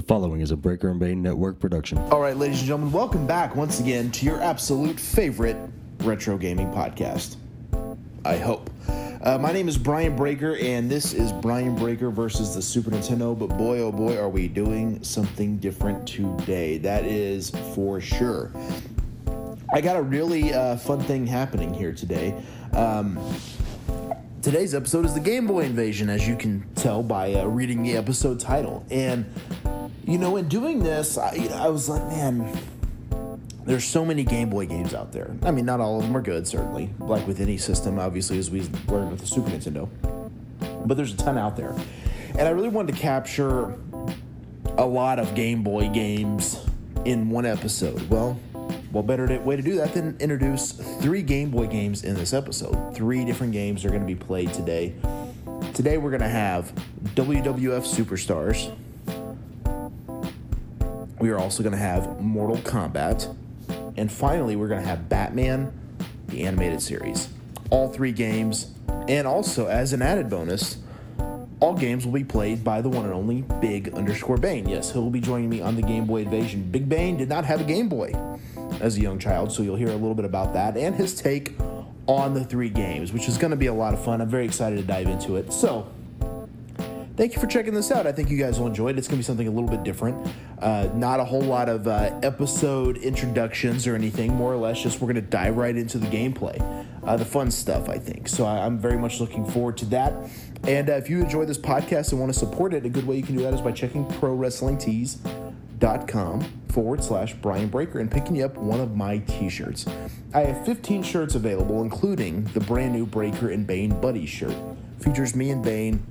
following is a Breaker and Bane Network production. All right, ladies and gentlemen, welcome back once again to your absolute favorite retro gaming podcast. I hope. Uh, my name is Brian Breaker, and this is Brian Breaker versus the Super Nintendo. But boy, oh boy, are we doing something different today. That is for sure. I got a really uh, fun thing happening here today. Um, today's episode is the Game Boy Invasion, as you can tell by uh, reading the episode title. And, you know, in doing this, I, you know, I was like, man, there's so many Game Boy games out there. I mean, not all of them are good, certainly, like with any system, obviously, as we learned with the Super Nintendo. But there's a ton out there. And I really wanted to capture a lot of Game Boy games in one episode. Well, what better to- way to do that than introduce three Game Boy games in this episode? Three different games are going to be played today. Today we're going to have WWF Superstars. We are also going to have Mortal Kombat. And finally, we're going to have Batman, the animated series. All three games. And also, as an added bonus, all games will be played by the one and only Big underscore Bane. Yes, he'll be joining me on the Game Boy Invasion. Big Bane did not have a Game Boy as a young child, so you'll hear a little bit about that and his take on the three games, which is going to be a lot of fun. I'm very excited to dive into it. So, thank you for checking this out. I think you guys will enjoy it. It's going to be something a little bit different. Uh, not a whole lot of uh, episode introductions or anything, more or less, just we're going to dive right into the gameplay, uh, the fun stuff, I think. So I, I'm very much looking forward to that. And uh, if you enjoy this podcast and want to support it, a good way you can do that is by checking Pro Wrestling Tees dot com forward slash Brian Breaker and picking up one of my t shirts. I have 15 shirts available, including the brand new Breaker and Bane Buddies shirt. Features me and Bane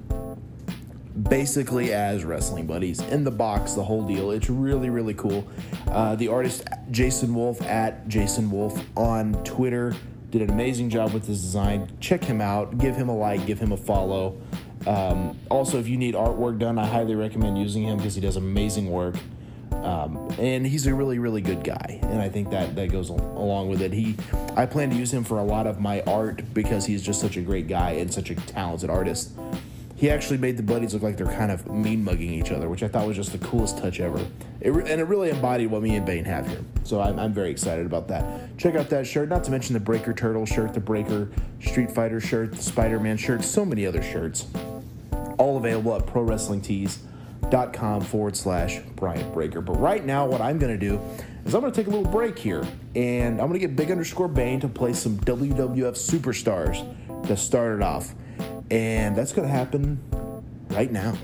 basically as wrestling buddies in the box, the whole deal. It's really, really cool. Uh, the artist Jason Wolf at Jason Wolf on Twitter did an amazing job with this design. Check him out, give him a like, give him a follow. Um, also, if you need artwork done, I highly recommend using him because he does amazing work. Um, and he's a really, really good guy, and I think that that goes al- along with it. He, I plan to use him for a lot of my art because he's just such a great guy and such a talented artist. He actually made the buddies look like they're kind of mean mugging each other, which I thought was just the coolest touch ever. It re- and it really embodied what me and Bane have here. So I'm, I'm very excited about that. Check out that shirt, not to mention the Breaker Turtle shirt, the Breaker Street Fighter shirt, the Spider Man shirt, so many other shirts. All available at Pro Wrestling Tees dot com forward slash Brian Breaker. But right now, what I'm going to do is I'm going to take a little break here, and I'm going to get Big Underscore Bane to play some WWF Superstars to start it off, and that's going to happen right now.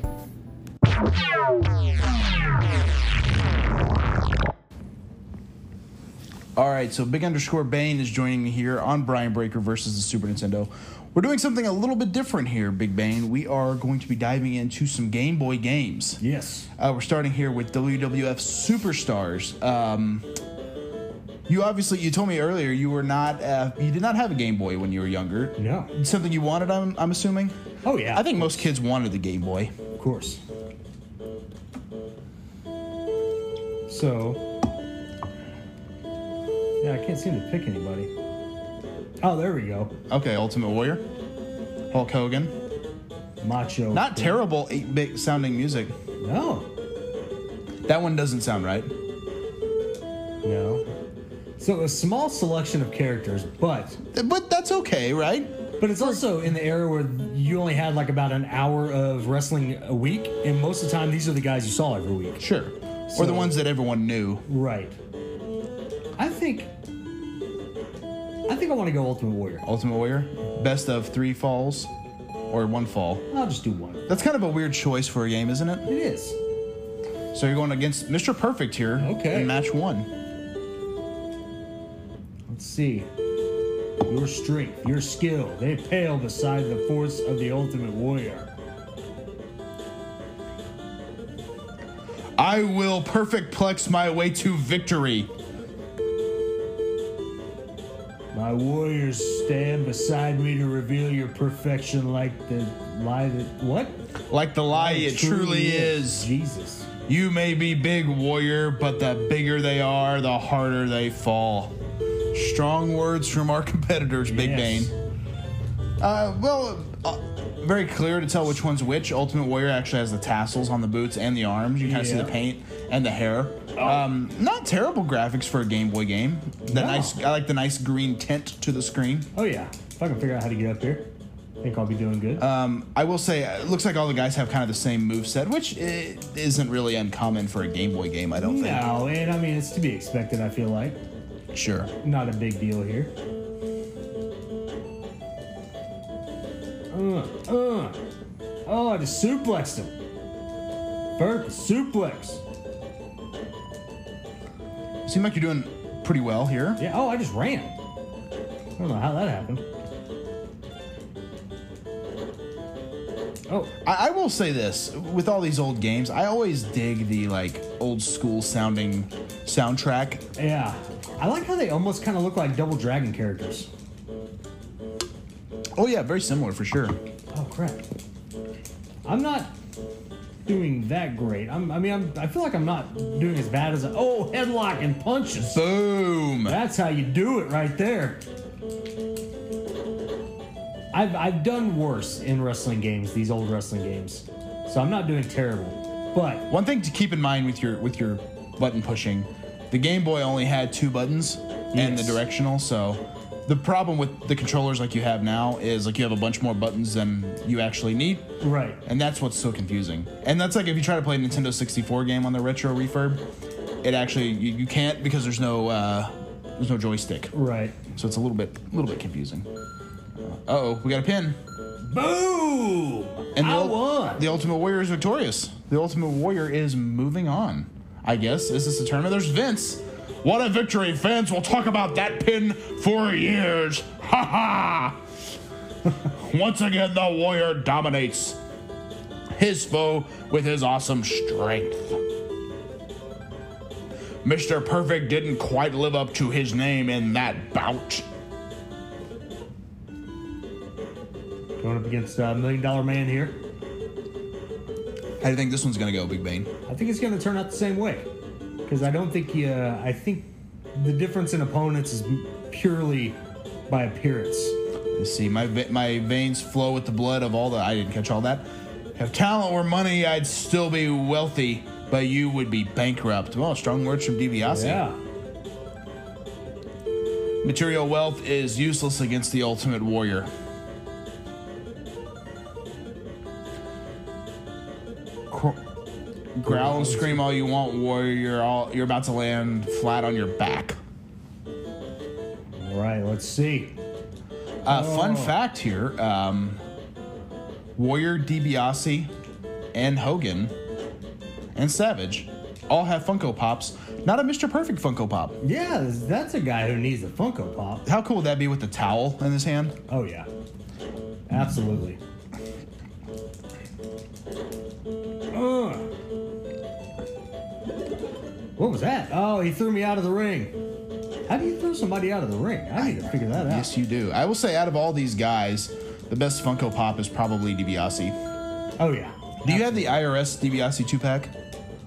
All right, so Big Underscore Bane is joining me here on Brian Breaker versus the Super Nintendo. We're doing something a little bit different here, Big Bane. We are going to be diving into some Game Boy games. Yes. Uh, we're starting here with WWF Superstars. Um, you obviously you told me earlier you were not uh, you did not have a Game Boy when you were younger. No. Something you wanted, I'm, I'm assuming. Oh yeah. I think most kids wanted the Game Boy. of course. So. Yeah, I can't seem to pick anybody. Oh, there we go. Okay, Ultimate Warrior, Hulk Hogan. Macho. Not terrible 8-bit sounding music. No. That one doesn't sound right. No. So a small selection of characters, but But that's okay, right? but it's also in the era where you only had like about an hour of wrestling a week, and most of the time these are the guys you saw every week. Sure. or the So- ones that everyone knew. Right. I think. I think I want to go Ultimate Warrior. Ultimate Warrior, best of three falls or one fall. I'll just do one. That's kind of a weird choice for a game, isn't it? It is. So you're going against Mr. Perfect here Okay. in match one. Let's see. Your strength, your skill, they pale beside the force of the Ultimate Warrior. I will perfect plex my way to victory. My warriors stand beside me to reveal your perfection like the lie that. What? Like the lie it, truly, is. Jesus. You may be big warrior, but the bigger they are, the harder they fall. Strong words from our competitors, Big Yes. Bane. Uh, well, uh, very clear to tell which one's which. Ultimate Warrior actually has the tassels on the boots and the arms. You kind of see Yeah. Oh. the paint and the hair. Um, not terrible graphics for a Game Boy game. The nice, I like the nice green tint to the screen. Oh yeah. If I can figure out how to get up here, I think I'll be doing good. I will say, uh, it looks like all the guys have kind of the same move set, which i- isn't really uncommon for a Game Boy game. I don't no, and I mean it's to be expected. I feel like think. Sure. not a big deal here. Uh, uh. Oh, I just suplexed him. Burke suplex. Seem like you're doing pretty well here. Yeah. Oh, I just ran. I don't know how that happened. Oh, I, I will say this with all these old games, I always dig the like old school sounding soundtrack. yeah. I like how they almost kind of look like Double Dragon characters. Oh yeah, very similar for sure. Oh crap! I'm not doing that great. I'm, I mean, I'm, I feel like I'm not doing as bad as a, oh headlock and punches. Boom. That's how you do it right there. I've I've done worse in wrestling games, these old wrestling games, so I'm not doing terrible. But One thing to keep in mind with your with your button pushing, the Game Boy only had two buttons and the Yes. directional, so the problem with the controllers like you have now is like you have a bunch more buttons than you actually need. right, And that's what's so confusing. And that's like if you try to play a Nintendo 64 game on the retro refurb, it actually you, you can't because there's no uh, there's no joystick. right. So it's a little bit a little bit confusing. Uh oh, we got a pin. Boom! And the, I ul- won. the Ultimate Warrior is victorious. The Ultimate Warrior is moving on. I guess. Is this a tournament? There's Vince. What a victory, Vince. We'll talk about that pin for years. Ha ha. Once again, the Warrior dominates his foe with his awesome strength. Mr. Perfect didn't quite live up to his name in that bout. Going up against uh, Million Dollar Man here. How do you think this one's gonna go, Big Bane? I think it's going to turn out the same way because I don't think you. Uh, I think the difference in opponents is purely by appearance. Let's see, my ve- my veins flow with the blood of all the. I didn't catch all that. If talent were money, I'd still be wealthy, but you would be bankrupt. Well, strong words from DiBiase. Yeah. Material wealth is useless against the ultimate warrior. Cr- Growl and scream all you want, warrior. You're all you're about to land flat on your back. All right. Let's see. Uh, Fun fact here: um, Warrior, DiBiase, and Hogan, and Savage, all have Funko Pops. Not a Mr. Perfect Funko Pop. Yeah, that's- that's a guy who needs a Funko Pop. How cool would that be with the towel in his hand? Oh yeah. Absolutely. Ugh. What was that? Oh, he threw me out of the ring. How do you throw somebody out of the ring? I need to figure that out. Yes, you do. I will say, out of all these guys, the best Funko Pop is probably DiBiase. Oh yeah. Do you have the IRS DiBiase two pack?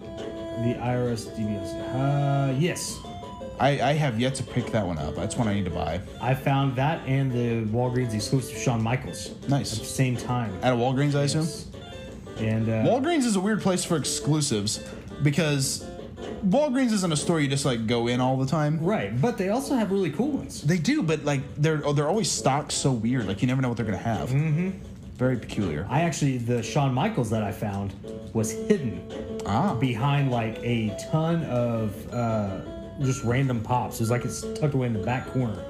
The IRS DBS. Uh, yes. I, I have yet to pick that one up. That's one I need to buy. I found that and the Walgreens exclusive Shawn Michaels at the Nice. same time. At a Walgreens, I assume. Yes. And uh, Walgreens is a weird place for exclusives because Walgreens isn't a store you just like go in all the time. right, but they also have really cool ones. They do, but like they're oh, they're always stocked so weird. Like you never know what they're gonna have. Mm-hmm. Very peculiar. I actually the Shawn Michaels that I found was hidden Ah, behind like a ton of uh, just random pops. It was like it's tucked away in the back corner.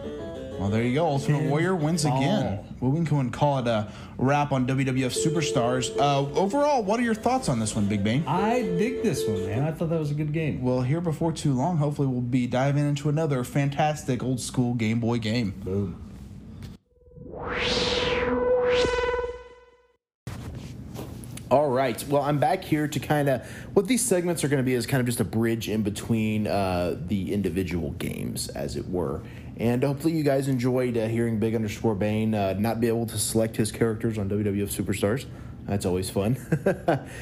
well there you go. Ultimate Warrior wins Pinball. again. Well, we can go and call it a wrap on WWF Superstars. Uh, overall, what are your thoughts on this one, Big Bang? I dig this one, man. I thought that was a good game. Well, here before too long, hopefully we'll be diving into another fantastic old school Game Boy game. Boom. All right. Well, I'm back here to kind of what these segments are going to be is kind of just a bridge in between uh, the individual games, as it were. And hopefully, you guys enjoyed uh, hearing Big Underscore Bane uh, not be able to select his characters on WWF Superstars. That's always fun.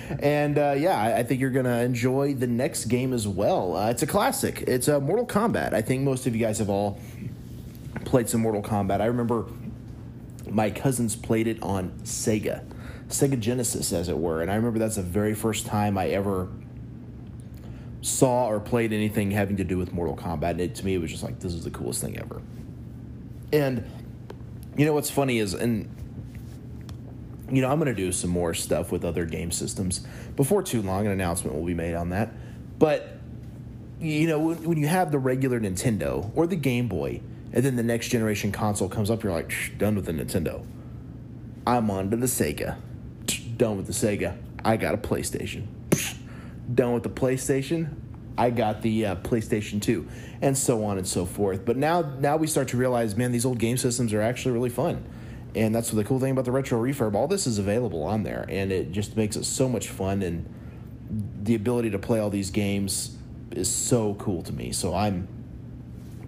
and uh, yeah, I, I think you're going to enjoy the next game as well. Uh, it's a classic. It's uh, Mortal Kombat. I think most of you guys have all played some Mortal Kombat. I remember my cousins played it on Sega. Sega Genesis, as it were. And I remember that's the very first time I ever saw or played anything having to do with Mortal Kombat. And it, to me, it was just like, this is the coolest thing ever. And you know what's funny is, and you know, I'm going to do some more stuff with other game systems before too long. An announcement will be made on that. But you know, when, when you have the regular Nintendo or the Game Boy, and then the next generation console comes up, you're like, "Shh, done with the Nintendo. I'm on to the Sega. Shh, Done with the Sega. I got a PlayStation. Psh, Done with the PlayStation. I got the uh, PlayStation 2, and so on and so forth. But now, now we start to realize, man, these old game systems are actually really fun, and that's the cool thing about the retro refurb. All this is available on there, and it just makes it so much fun. And the ability to play all these games is so cool to me. So I'm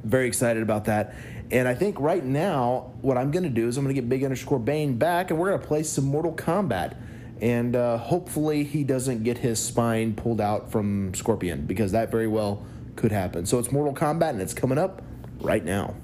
very excited about that. And I think right now, what I'm going to do is I'm going to get Big Underscore Bane back, and we're going to play some Mortal Kombat. And uh, hopefully, he doesn't get his spine pulled out from Scorpion because that very well could happen. So it's Mortal Kombat, and it's coming up right now.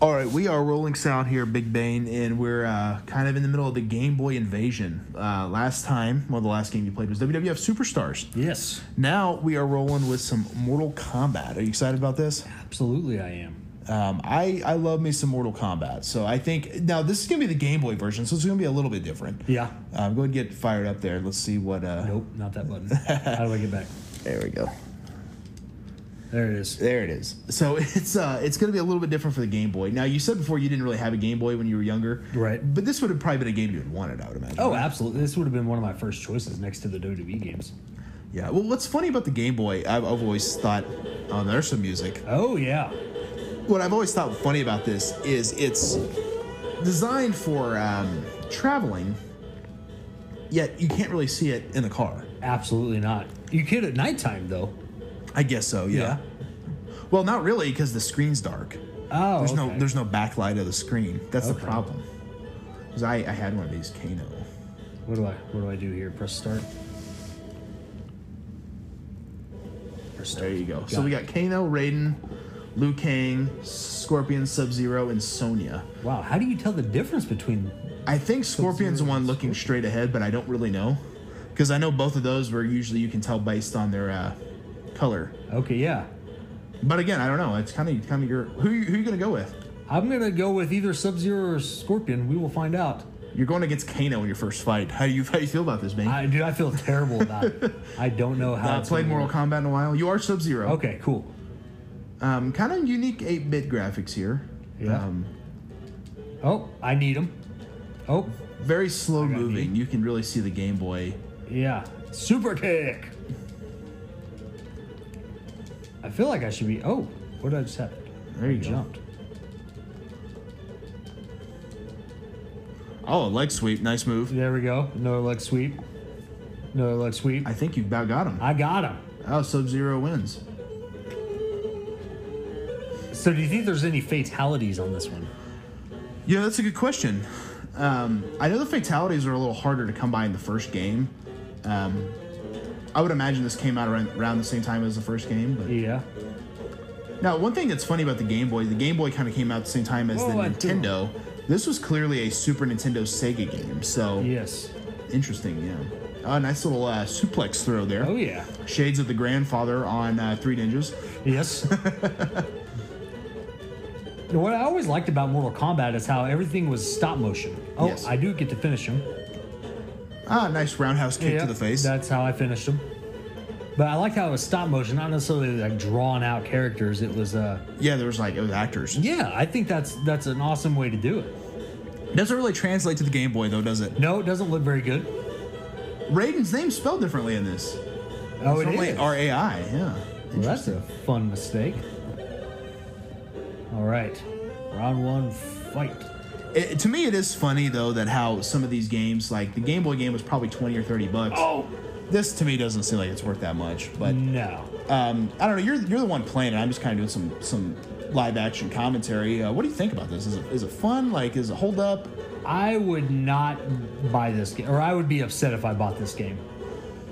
All right, we are rolling sound here, Big Bane, and we're uh, kind of in the middle of the Game Boy invasion. Uh, last time, well, the last game you played was WWF Superstars. Yes, Now we are rolling with some Mortal Kombat. Are you excited about this? absolutely, I am. Um, I I love me some Mortal Kombat, so I think now this is gonna be the Game Boy version, so it's gonna be a little bit different. Yeah. Um, go ahead and get fired up there. Let's see what. Uh, Nope, not that button. How do I get back? There we go. There it is. There it is. So it's uh, it's gonna be a little bit different for the Game Boy. Now you said before you didn't really have a Game Boy when you were younger, Right. But this would have probably been a game you would wanted, I would imagine. Oh, absolutely. This would have been one of my first choices next to the WWE games. yeah. Well, what's funny about the Game Boy? I've, I've always thought, oh, there's some music. Oh yeah. What I've always thought funny about this is it's designed for um, traveling, yet you can't really see it in the car. Absolutely not. You could at nighttime though. I guess so. Yeah. Well, not really, because the screen's dark. Oh. There's okay. no there's no backlight of the screen. That's the Okay. problem. Because I, I had one of these Kano. What do I what do I do here? Press start. Press start. There you go. so we got Kano, Raiden, Liu Kang, Scorpion, Sub Zero, and Sonya. Wow. How do you tell the difference between? I think Scorpion's the one looking straight ahead, but I don't really know. Because I know both of those were usually you can tell based on their uh, color. Okay. Yeah. But again, I don't know. It's kind of kind of your who you- who you gonna go with? I'm gonna go with either Sub Zero or Scorpion. We will find out. You're going against Kano in your first fight. How do you how do you feel about this, man? I dude, I feel terrible about it. I don't know how. Not it's played gonna Mortal work. Kombat in a while. You are Sub Zero. Okay. Cool. Um, kind of unique 8 bit graphics here. Yeah. Um, Oh, I need him. Oh, very slow moving. You can really see the Game Boy. yeah. Super kick. I feel like I should be. Oh, what did I just happen? There you go. Jumped. Oh, a leg sweep. Nice move. There we go. Another leg sweep. Another leg sweep. I think you about got him. I got him. Oh, Sub Zero wins. So, do you think there's any fatalities on this one? Yeah, that's a good question. Um, I know the fatalities are a little harder to come by in the first game. Um, I would imagine this came out around, around the same time as the first game. But Yeah. now, one thing that's funny about the Game Boy, the Game Boy kind of came out the same time as the Whoa, I do. Nintendo. This was clearly a Super Nintendo Sega game. So Yes. Interesting, yeah. Uh, nice little uh, suplex throw there. Oh yeah. Shades of the grandfather on uh, Three Ninjas. Yes. what I always liked about Mortal Kombat is how everything was stop motion. Oh, Yes. I do get to finish him. Ah, nice roundhouse kick Yeah, to the face. That's how I finished him. But I liked how it was stop motion, not necessarily like drawn out characters. It was, uh, yeah, there was like it was actors. yeah, I think that's that's an awesome way to do it. Doesn't really translate to the Game Boy though, does it? No, it doesn't look very good. Raiden's name's spelled differently in this. Oh, it It's only is. R A I. Yeah. Well, that's a fun mistake. All right, round one, fight. It, to me, it is funny though that how some of these games, like the Game Boy game, was probably twenty or thirty bucks. Oh This to me doesn't seem like it's worth that much, but no! um, I don't know. You're you're the one playing it. I'm just kind of doing some some live action commentary. Uh, what do you think about this? Is it, is it fun? Like, is it hold up? I would not buy this game, or I would be upset if I bought this game.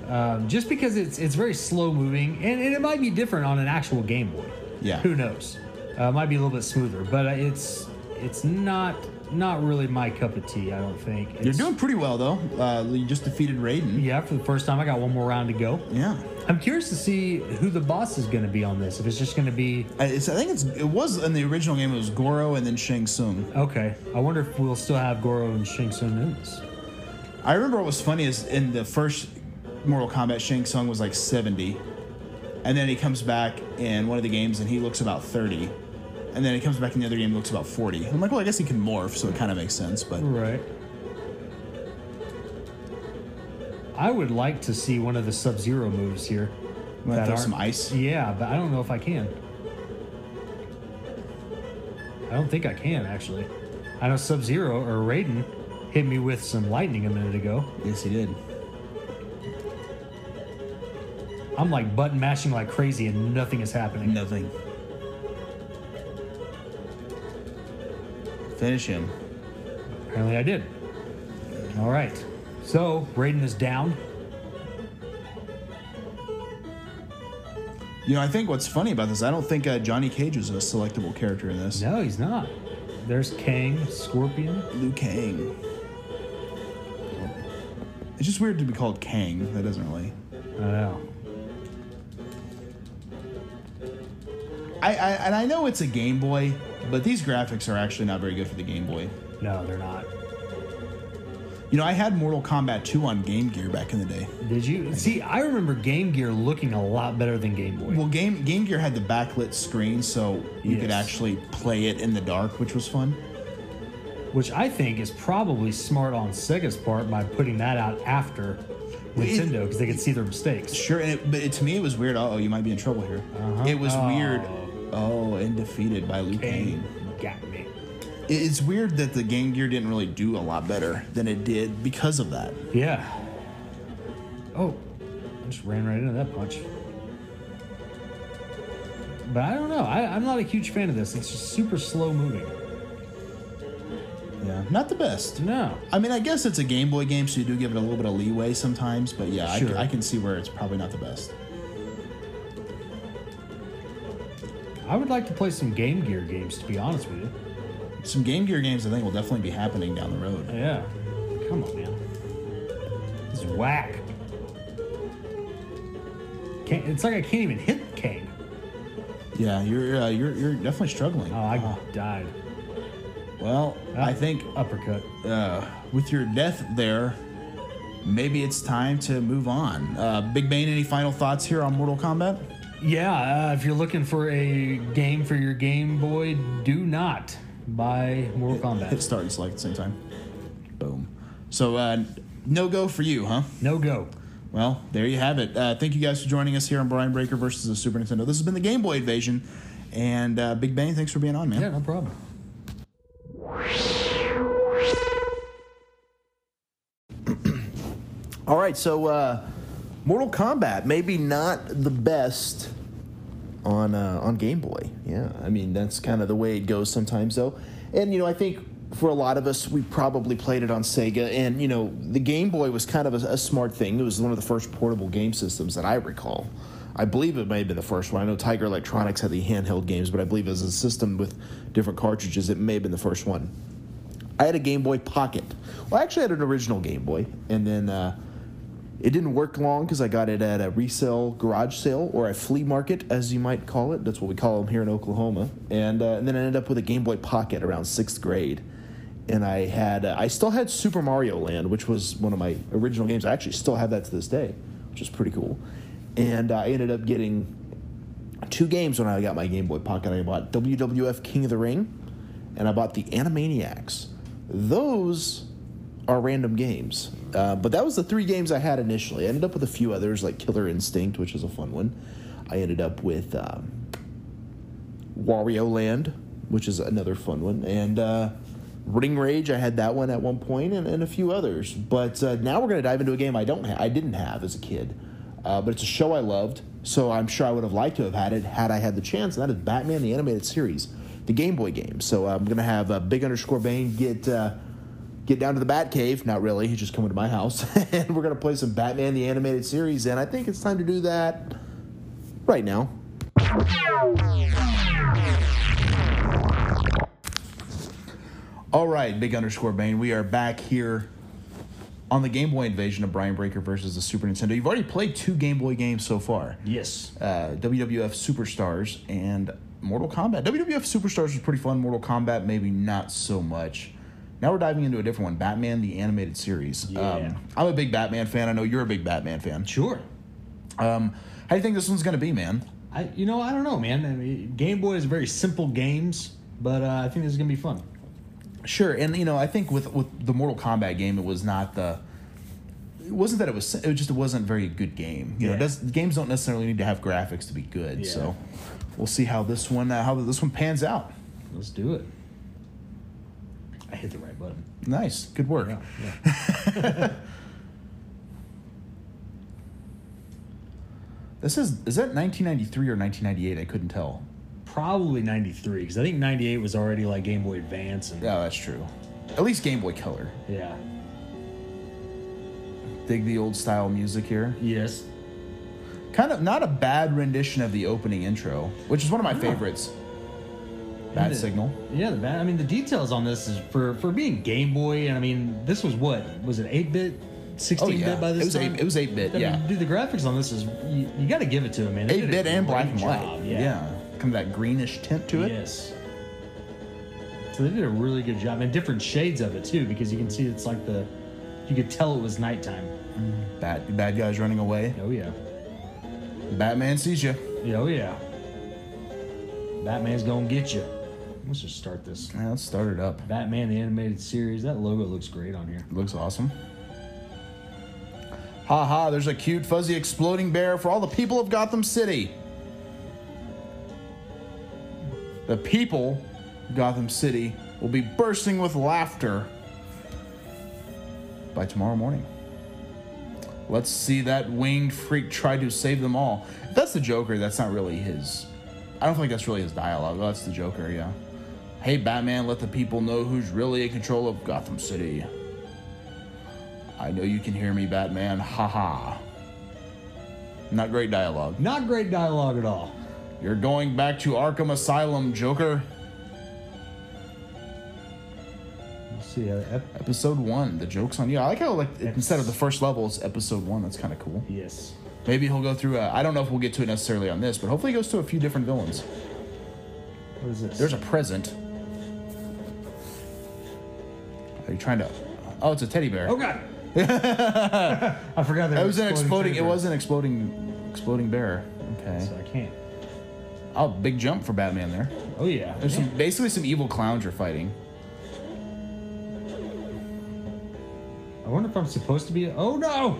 Um, just because it's it's very slow moving, and, and it might be different on an actual Game Boy. Yeah. Who knows? Uh, might be a little bit smoother, but uh, it's it's not not really my cup of tea. I don't think. You're It's- doing pretty well though. Uh, you just defeated Raiden. Yeah, for the first time, I got one more round to go. Yeah. I'm curious to see who the boss is going to be on this. If it's just going to be I, it's, I think it's it was in the original game. It was Goro and then Shang Tsung. okay, I wonder if we'll still have Goro and Shang Tsung in this. I remember what was funny is in the first Mortal Kombat, Shang Tsung was like 70, and then he comes back in one of the games and he looks about 30, and then he comes back in the other game and looks about 40. I'm like, well, I guess he can morph, so it kind of makes sense. But Right. I would like to see one of the Sub Zero moves here. Wanna that throw aren't- some ice? Yeah, but I don't know if I can. I don't think I can actually. I know Sub Zero or Raiden hit me with some lightning a minute ago. yes, he did. I'm like button mashing like crazy and nothing is happening. Nothing. Finish him. Apparently I did. All right. So Raiden is down. You know, I think what's funny about this, I don't think uh, Johnny Cage was a selectable character in this. No, he's not. There's Kang, Scorpion. Liu Kang. It's just weird to be called Kang. That doesn't really. I don't know. I, I and I know it's a Game Boy, but these graphics are actually not very good for the Game Boy. No, they're not. You know, I had Mortal Kombat 2 on Game Gear back in the day. Did you see? I remember Game Gear looking a lot better than Game Boy. Well, Game Game Gear had the backlit screen, so you could Yes. actually play it in the dark, which was fun. which I think is probably smart on Sega's part by putting that out after Nintendo because they could see their mistakes. Sure, and it, but it, to me it was weird. Oh, you might be in trouble here. It was weird. Uh-huh. Oh, and defeated by Liu Kang. Got me. It- It's weird that the Game Gear didn't really do a lot better than it did because of that. Yeah. Oh, I just ran right into that punch. But I don't know. I, I'm not a huge fan of this. It's just super slow moving. Yeah, not the best. No. I mean, I guess it's a Game Boy game, so you do give it a little bit of leeway sometimes. But yeah, I c- Sure. I, can see where it's probably not the best. I would like to play some Game Gear games, to be honest with you. Some Game Gear games, I think, will definitely be happening down the road. Yeah. Come on, man. This is whack. Can't, it's like I can't even hit Kang. Yeah, you're uh, you're, you're definitely struggling. Oh, I Uh, died. well, I think Uppercut. uh, with your death there, maybe it's time to move on. Uh, Big Bane, any final thoughts here on Mortal Kombat? Yeah, uh, if you're looking for a game for your Game Boy, do not buy Mortal Hit Kombat. start and select at the same time. Boom. So uh, no go for you, huh? No go. Well, there you have it. Uh, thank you guys for joining us here on Brian Breaker versus the Super Nintendo. This has been the Game Boy Invasion, and uh, Big Bang, thanks for being on, man. Yeah, no problem. All right, so uh, Mortal Kombat maybe not the best on uh, on Game Boy. Yeah, I mean that's kind of the way it goes sometimes, though. And you know, I think for a lot of us, we probably played it on Sega, and you know, the Game Boy was kind of a, a smart thing. It was one of the first portable game systems that I recall. I believe it may have been the first one. I know Tiger Electronics had the handheld games, but I believe as a system with different cartridges, it may have been the first one. I had a Game Boy Pocket. Well, I actually had an original Game Boy, and then uh, it didn't work long because I got it at a resale garage sale or a flea market, as you might call it. That's what we call them here in Oklahoma. And, uh, and then I ended up with a Game Boy Pocket around sixth grade. And I had uh, I still had Super Mario Land, which was one of my original games. I actually still have that to this day, which is pretty cool. And I ended up getting two games when I got my Game Boy Pocket. I bought WWF King of the Ring, and I bought the Animaniacs. Those are random games, uh, but that was the three games I had initially. I ended up with a few others like Killer Instinct, which is a fun one. I ended up with um, Wario Land, which is another fun one, and uh, Ring Rage. I had that one at one point, and, and a few others. But uh, now we're going to dive into a game I don't, ha- I didn't have as a kid, uh, but it's a show I loved, so I'm sure I would have liked to have had it had I had the chance. And that is Batman the Animated Series, the Game Boy game. So I'm going to have uh, Big Underscore Bane get. Uh, Get down to the Bat Cave. Not really. He's just coming to my house, and we're gonna play some Batman the Animated Series. And I think it's time to do that right now. All right, Big Underscore Bane, we are back here on the Game Boy Invasion of Brian Breaker versus the Super Nintendo. You've already played two Game Boy games so far. Yes. uh, WWF Superstars and Mortal Kombat. WWF Superstars was pretty fun. Mortal Kombat, maybe not so much. Now we're diving into a different one Batman, the animated series. Uh, Yeah. I'm a big Batman fan. I know you're a big Batman fan. Sure. Um, how do you think this one's going to be, man? I, you know, I don't know, man. I mean, Game Boy is very simple games, but uh, I think this is gonna be fun. Sure, and you know, I think with with the Mortal Kombat game, it was not the. It wasn't that it was. It was just it wasn't a very good game. You know, Yeah. it does, games don't necessarily need to have graphics to be good. Yeah. So, we'll see how this one uh, how this one pans out. Let's do it. I hit the right button. Nice, good work. Yeah. yeah. This is is that 1993 or 1998? I couldn't tell. Probably 93, because I think 98 was already like Game Boy Advance. And, Yeah, that's true. At least Game Boy Color. yeah. Dig the old style music here. Yes. Kind of not a bad rendition of the opening intro, which is one of Ah. my favorites. Bad the- signal. Yeah, the bad. I mean, the details on this is for for being Game Boy, and I mean, this was what was it, eight bit, sixteen Oh, yeah. bit by this It was time. 8 it was 8-bit, I mean, yeah. dude, the graphics on this is you, you got to give it to them, man. They did Eight a bit and black great and white. job, yeah. Kind of that greenish tint to it. Yes. So they did a really good job, and different shades of it too, because you can see it's like the, you could tell it was nighttime. Bad bad guys running away. Oh yeah. Batman sees you. Yeah, Oh yeah. Batman's gonna get you. Let's just start this. Yeah, let's start it up. Batman the animated series. That logo looks great on here. Looks awesome. Ha ha, there's a cute fuzzy exploding bear for all the people of Gotham City. The people of Gotham City will be bursting with laughter by tomorrow morning. Let's see that winged freak try to save them all. If that's the Joker, that's not really his. I don't think that's really his dialogue. That's the Joker, yeah. Hey, Batman, let the people know who's really in control of Gotham City. I know you can hear me, Batman. Ha ha. Not great dialogue. Not great dialogue at all. You're going back to Arkham Asylum, Joker. Let's see uh, how that. Episode one, the joke's on you. I like how, like, instead of the first level, it's episode one. That's kind of cool. Yes. Maybe he'll go through. A, I don't know if we'll get to it necessarily on this, but hopefully, he goes to a few different villains. What is this? There's a present. Are you trying to? Oh, it's a teddy bear. Oh god. I forgot there It was an exploding. It flavor. was an exploding, exploding bear. Okay. So I can't. Oh, big jump for Batman there. Oh yeah. There's some, basically some evil clowns you're fighting. I wonder if I'm supposed to be. Oh no.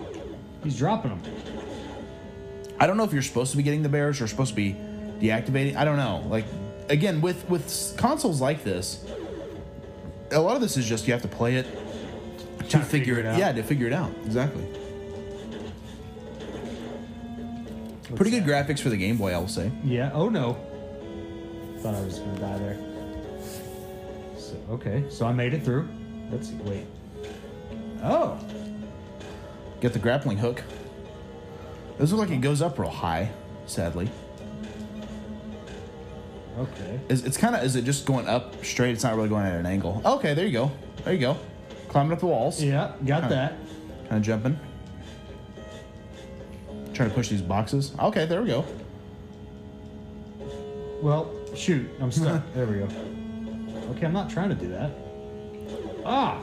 He's dropping them. I don't know if you're supposed to be getting the bears or supposed to be deactivating. I don't know. Like again, with with s- consoles like this, a lot of this is just you have to play it to to figure it out. Yeah, to figure it out. Oh, Exactly. Pretty good graphics for the Game Boy, I will say. Yeah. Oh no. Thought I was gonna die there. So okay. So I made it through. Let's see. Wait. Oh. Get the grappling hook. Those look like it goes up real high. Sadly, Okay. is it's kind of is it just going up straight? It's not really going at an angle. Okay, there you go. There you go. Climbing up the walls. Yeah. Got Huh. that. Kind of jumping. Trying to push these boxes. Okay, there we go. Well, shoot. I'm stuck. there we go. Okay. I'm not trying to do that. Ah.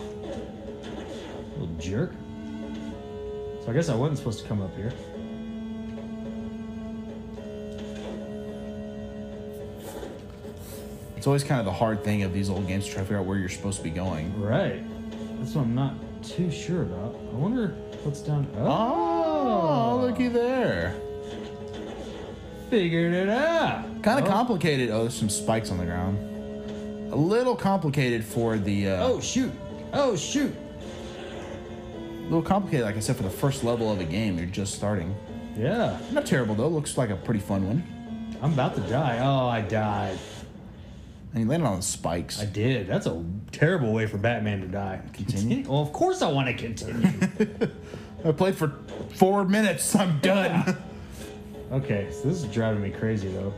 Little jerk. So I guess I wasn't supposed to come up here. It's always kind of the hard thing of these old games to try to figure out where you're supposed to be going. Right. That's what I'm not too sure about. I wonder what's down. Oh, Oh, looky there. figured it out. Kind of Oh. complicated. Oh, there's some spikes on the ground. A little complicated for the. Uh, Oh shoot. Oh shoot. A little complicated, like I said, for the first level of a game. You're just starting. Yeah. Not terrible, though. Looks like a pretty fun one. I'm about to die. Oh, I died. And you landed on the spikes. I did. That's a terrible way for Batman to die. Continue? Well, of course I want to continue. I played for four minutes. I'm done. okay, so this is driving me crazy though.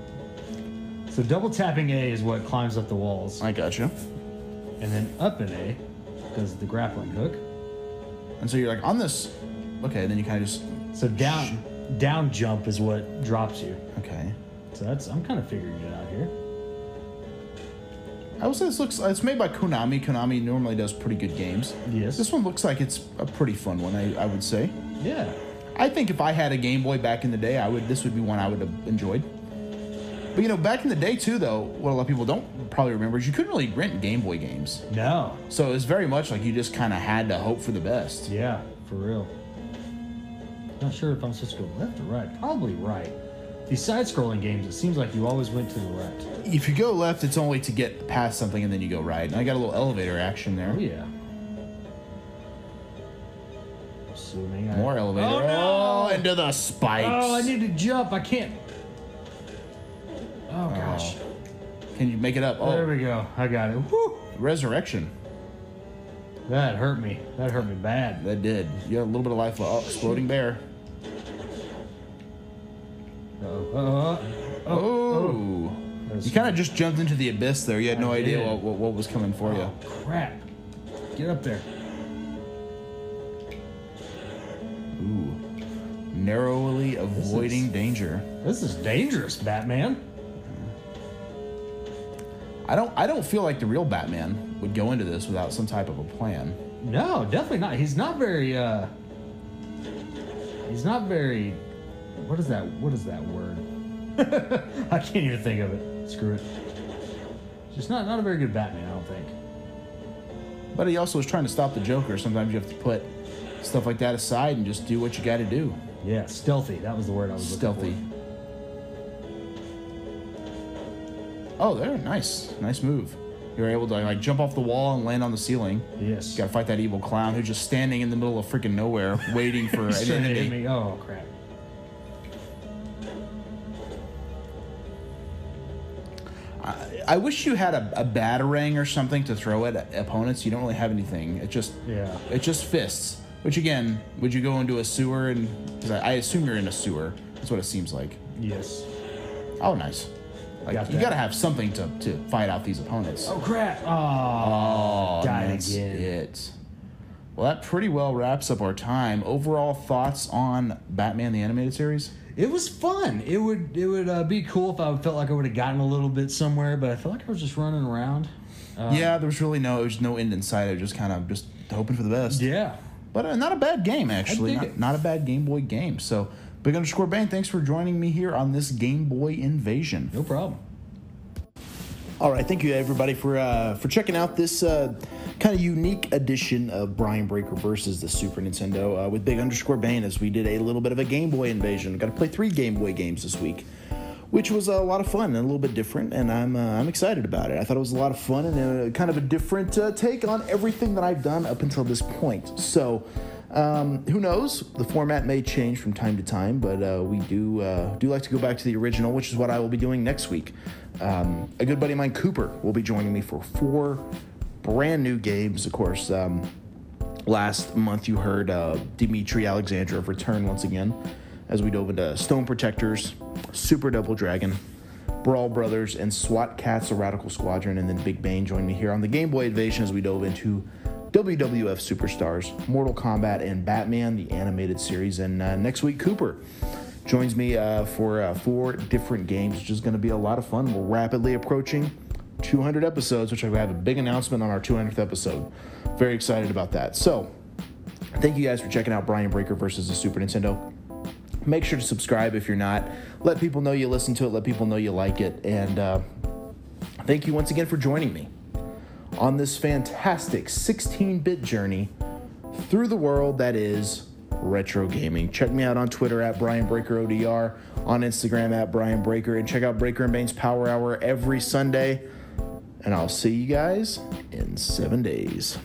So double tapping A is what climbs up the walls, I got you. and then up in A does the grappling hook. And so you're like, on this. Okay, then you kind of just. So down down jump is what drops you. Okay. So that's I'm kind of figuring it out here. I would say this looks. It's made by Konami. Konami normally does pretty good games. Yes. This one looks like it's a pretty fun one. I, I would say. Yeah. I think if I had a Game Boy back in the day, I would. This would be one I would have enjoyed. But you know, back in the day too, though, what a lot of people don't probably remember is you couldn't really rent Game Boy games. No. So it's very much like you just kind of had to hope for the best. Yeah, for real. Not sure if I'm supposed to go left or right. Probably right. These side-scrolling games, it seems like you always went to the left. If you go left, it's only to get past something and then you go right. And I got a little elevator action there. Oh yeah. Assuming I More elevator. Oh no! Oh, into the spikes. Oh, I need to jump. I can't. Oh gosh. Can you make it up? There Oh, we go. I got it. Woo! resurrection. That hurt me. That hurt me bad. That did. You got a little bit of life left. Oh, exploding bear. Uh-oh. Uh-oh. Oh. That's- You kind of just jumped into the abyss there. You had no I idea did. what, what, what was coming for you. Oh, crap. Get up there. Ooh. Narrowly avoiding danger. This is dangerous, Batman. I don't I don't feel like the real Batman would go into this without some type of a plan. No, definitely not. He's not very uh He's not very what is that what is that word? I can't even think of it. Screw it. Just not not a very good Batman, I don't think. But he also is trying to stop the Joker. Sometimes you have to put stuff like that aside and just do what you got to do. Yeah, stealthy. That was the word I was Stealthy. looking Oh, there, nice, nice move. You're able to like jump off the wall and land on the ceiling. for. Yes. Got to fight that evil clown who's just standing in the middle of freaking nowhere, waiting for an He's trying to hit enemy. me. Oh crap. I wish you had a, a batarang or something to throw at opponents. You don't really have anything. It just Yeah. It's just fists. Which again, would you go into a sewer and? Because I, I assume you're in a sewer. That's what it seems like. Yes. Oh, nice. Like Got you that. gotta have something to, to fight out these opponents. Oh crap. Oh, Oh, died that's again. it. Well, that pretty well wraps up our time. Overall thoughts on Batman the animated series? it was fun. It would it would uh, be cool if I felt like I would have gotten a little bit somewhere, but I felt like I was just running around. yeah, there was really no, there was no end in sight. I was just kind of just hoping for the best. Yeah. But uh, not a bad game, actually. dig Not, it. not a bad Game Boy game. So, Big Underscore Bang, thanks for joining me here on this Game Boy Invasion. No problem. All right, thank you everybody for uh, for checking out this uh, kind of unique edition of Brian Breaker versus the Super Nintendo uh, with Big Underscore Bane as we did a little bit of a Game Boy invasion. Got to play three Game Boy games this week, which was a lot of fun and a little bit different, and I'm uh, I'm excited about it. I thought it was a lot of fun and uh kind of a different uh, take on everything that I've done up until this point. So. Um, who knows? The format may change from time to time, but uh, we do uh, do like to go back to the original, which is what I will be doing next week. Um, a good buddy of mine, Cooper, will be joining me for four brand new games. Of course, um, last month you heard uh, Dimitri Alexandrov return once again as we dove into Stone Protectors, Super Double Dragon, Brawl Brothers, and SWAT Cats, a Radical Squadron. And then Big Bane joined me here on the Game Boy Invasion as we dove into WWF Superstars, Mortal Kombat, and Batman, the animated series. And uh, next week, Cooper joins me uh, for uh, four different games, which is going to be a lot of fun. We're rapidly approaching 200 episodes, which I have a big announcement on our 200th episode. Very excited about that. So, thank you guys for checking out Brian Breaker versus the Super Nintendo. Make sure to subscribe if you're not. Let people know you listen to it. Let people know you like it. And uh, thank you once again for joining me on this fantastic 16-bit journey through the world that is retro gaming. Check me out on Twitter at Brian Breaker ODR, on Instagram at Brian Breaker, and check out Breaker and Bane's Power Hour every Sunday. And I'll see you guys in seven days.